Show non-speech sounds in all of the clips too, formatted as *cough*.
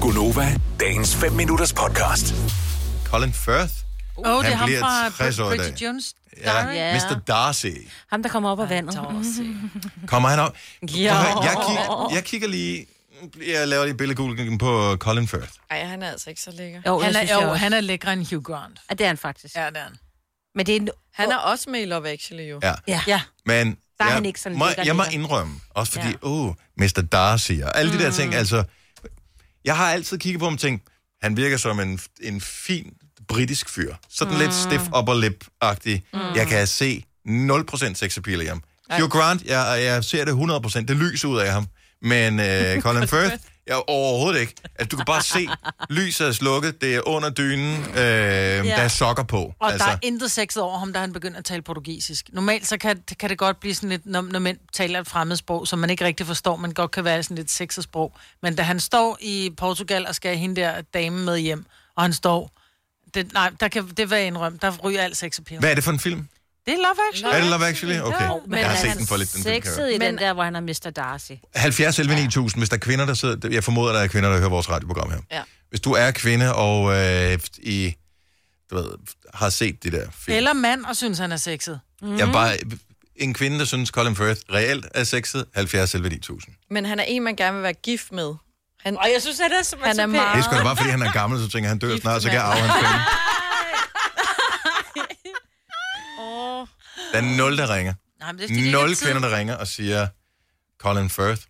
Gunova, dagens 5 minutters podcast. Colin Firth. Åh, oh, det Han er ham bliver fra 60 år i Bridget dag. Jones. Ja, Ja. yeah. Mr. Darcy. Ham, der kommer op af vandet. Mhm. Kommer han op? Ja. Prøv at høre, Jeg, kig, jeg kigger lige... Jeg laver lige billedgulgen på Colin Firth. Ej, han er altså ikke så lækker. Jo, Han han er, synes, jo, jo, han... han er lækere end Hugh Grant. Ja, det er han faktisk. Ja. Ja, det er han. Men det er en... Han er også med i Love Actually, jo. Ja. Ja. ja. Men Der er jeg, han ikke sådan må, lækker, jeg må lækker. indrømme, også fordi, åh, oh, Mr. Darcy og alle mm. de der ting, altså, jeg har altid kigget på ham og tænkt, han virker som en, en fin britisk fyr. Sådan mm. lidt stiff upper lip-agtig. Mm. Jeg kan se 0% sex appeal i ham. Hugh Grant, jeg, jeg ser det 100%, det lyser ud af ham. Men øh, Colin Firth, jeg, overhovedet ikke. Altså, du kan bare se, lyset er slukket, det er under dynen, øh, der er sokker på. Og altså. altså. der er intet sexet over ham, da han begynder at tale portugisisk. Normalt så kan, kan det godt blive sådan lidt, når, når mænd taler et fremmed sprog, som man ikke rigtig forstår, men godt kan være sådan lidt sexet sprog. Men da han står i Portugal og skal have hende der dame med hjem, og han står... Det, nej, der kan, det var jeg indrømme. Der ryger alt sex appeal. Hvad er det for en film? Det er Love Actually. Er det Love Actually? Okay. men jeg har er set han den for lidt, den film, kan jeg høre. Sexet i den der, hvor han er Mr. Darcy. 70 11 9000, hvis der er kvinder, der sidder... Jeg formoder, der er kvinder, der hører vores radioprogram her. Ja. Hvis du er kvinde og øh, i, du ved, har set det der film. Eller mand, og synes, han er sexet. Jeg er bare, Mhm. en kvinde, der synes, Colin Firth reelt er sexet, 70 11 9000. Men han er en, man gerne vil være gift med. Han, Og jeg synes, han er simpelthen han er Det er meget... sgu da bare, fordi han er gammel, så tænker han dør Gift snart, så kan jeg mand. arve hans *laughs* penge. Der er nul, der ringer. Nej, men det er, fordi, de ikke Nul har tid. kvinder, der ringer og siger, Colin Firth.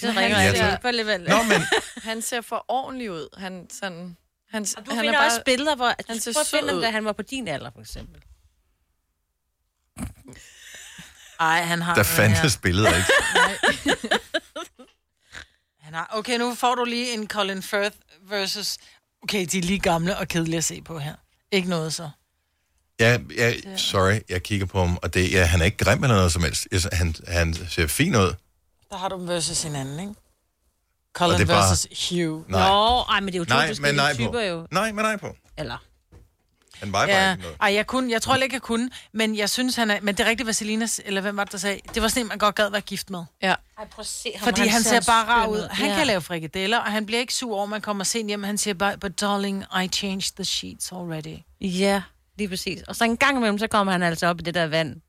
Det Han ringer Ja, ikke tak. op alligevel. Nå, *laughs* men Han ser for ordentlig ud. Han, sådan, han, Du han finder bare... også billeder, hvor... Han ser ser Prøv at finde sød ham, ud. da han var på din alder, for eksempel. Ej, han har... der den her. fandtes billeder ikke. Han har... Okay, nu får du lige en Colin Firth versus... Okay, de er lige gamle og kedelige at se på her. Ikke noget så. Ja, ja, sorry, jeg kigger på ham, og det, ja, han er ikke grim eller noget som helst. Jeg- Han, han ser fin ud. Der har du dem versus hinanden, ikke? Og Colin det er bare- versus Hugh. Nej, Nå, ej, men det er jo to nej, men forskellige nej på. typer jo. Nej, men nej på. Eller... Han vejer bare Ja, ikke noget. ej, jeg, kunne, jeg tror ikke, jeg kunne, men jeg synes, han er... Men det er rigtigt, hvad Selinas, eller hvem var det, der sagde? Det var sådan en, man godt gad være gift med. Ja. Ej, prøv at se ham. Fordi han, han ser bare rar ud. Han ja. kan lave frikadeller, og han bliver ikke sur over, man kommer sent hjem. Han siger bare, but darling, I changed the sheets already. Ja, lige præcis. Og så en gang imellem, så kommer han altså op i det der vand.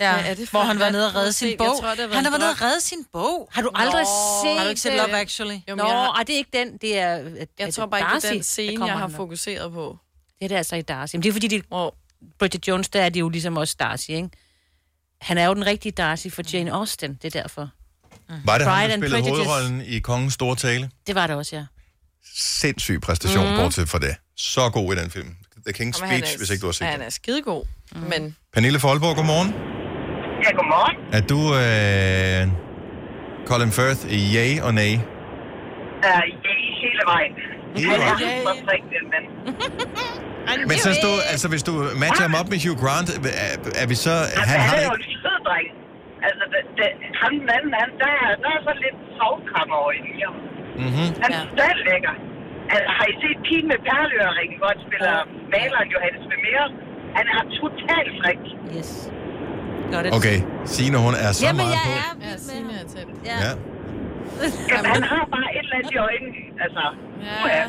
Ja, Hvad er det for hvor en han var vand? nede og Prøv at redde sin se. bog. Jeg tror, det har været han har en været nede og drøm. redde sin bog. Har du aldrig set Har du ikke set øh, det? Love Actually? Jo, Nå, men jeg, har, ej, det er ikke den. Det er, er jeg det tror bare ikke, det er Darcy, den der scene, kommer jeg har han op? fokuseret på. Det er det altså i Darcy. Men det er fordi, det er Hvor, Bridget Jones, der er det jo ligesom også Darcy, ikke? Han er jo den rigtige Darcy for Jane Austen, det er derfor. Var det ham, Pride der and spillede Prejudice. hovedrollen i Kongens Store Tale? Det var det også, ja. Sindssyg præstation, mm. bortset fra det. Så god i den film. The King's Jamen, han Speech, er- hvis ikke du har set Han den. er skidegod, Mm. men Pernille Folborg, godmorgen. Ja, godmorgen. Er du øh, Colin Firth i yay og nay? Uh, ja, hele vejen. Hele Han er vejen? lidt for prikket, men Men så stod, altså hvis du matcher ham op med Hugh Grant, er, er vi så... Ah. altså, Han har han er jo ikke... en sød dreng. Altså, det, det, ham den anden, han, der, er- der er så lidt sovkrammer over i den, jo. Mm-hmm. Han Ja. er stadig lækker. Altså, har I set Pigen med perløringen, hvor han spiller maleren Johannes Vermeer? Han er totalt frik. Yes. Godt. Okay, Signe, hun er så Jamen, meget jeg på. er ja, vild Signe med er tæt. Ja. Ja, Jamen, han har bare et eller andet i øjnene. Altså, Ja, ja.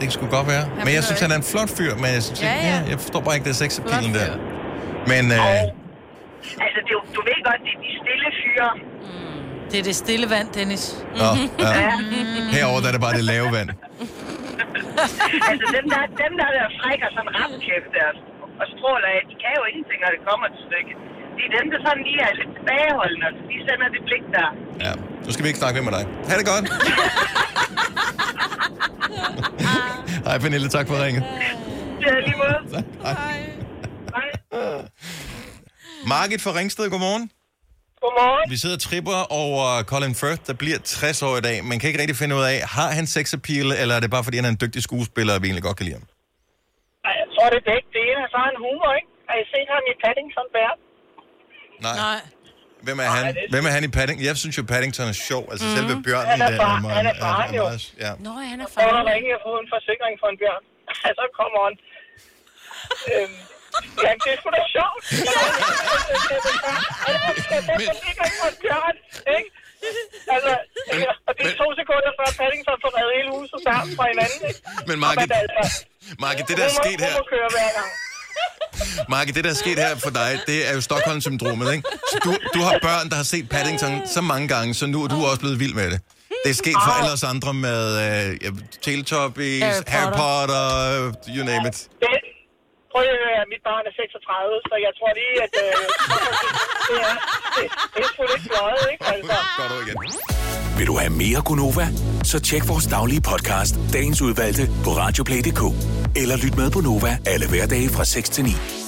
det skulle godt være. Men jeg behøver synes, han er en flot fyr, men jeg, synes, Ja, ikke, ja, ja. jeg forstår bare ikke, det er sexappealen Flot der. fyr. Men øh, altså det, er jo- du ved godt, det er de stille fyre. Det er det stille vand, Dennis. nå, ja. herover der er det bare det lave vand. Altså dem der, dem der, der frækker sådan ramkæft der og stråler af, de kan jo ingenting, når det kommer til stykket. Det er dem, der sådan lige er lidt tilbageholdende, så de sender det blik der. Ja. Nu skal vi ikke snakke mere med dig. Ha' det godt. Hej Pernille, tak for ringet. Det er lige måde. Hej. Hej. Margit fra Ringsted, godmorgen. Godmorgen. Vi sidder og tripper over Colin Firth, der bliver 60 år i dag. Man kan ikke rigtig finde ud af, har han sexappeal, eller er det bare fordi, han er en dygtig skuespiller, og vi egentlig godt kan lide ham? Ej, Jeg tror, det er begge dele, og så har han humor, ikke? Har I set ham i Paddington Bear? Nej. Nej. Hvem er han? Hvem er han i Paddington? Jeg synes jo, Paddington er sjov. Altså mm. selve bjørnen Mhm. Han er i den far- han er faren, jo. meget- ja. Nå, han er Så var der farlig. ringe at få en forsikring for en bjørn. *laughs* så kommer han. Øhm, ja, det er sgu da *laughs* sjovt. Men... Altså, og det er to sekunder før Paddington får sammen fra hinanden. Ikke? Men Og Marke, hvad der altså, *laughs* Marke, det der er humor- sket her, humorkører hver gang. Marke, det der er sket her for dig, det er jo Stockholm-syndromet, ikke? Så du, du har børn, der har set Paddington så mange gange, så nu er du også blevet vild med det. Det er sket for alle os andre med øh, ja, Teletubbies, Harry Harry Potter. Potter, Harry Potter øh, you name it. Det, prøv lige at høre, mit barn er 36, så jeg tror lige, *laughs* at øh, det er, det, det er sgu lidt fløjet, ikke? Altså. Godt ord igen. Vil du have mere Gunova? Så tjek vores daglige podcast, dagens udvalgte, på radioplay.dk. Eller lyt med på Nova alle hverdage fra 6 til 9.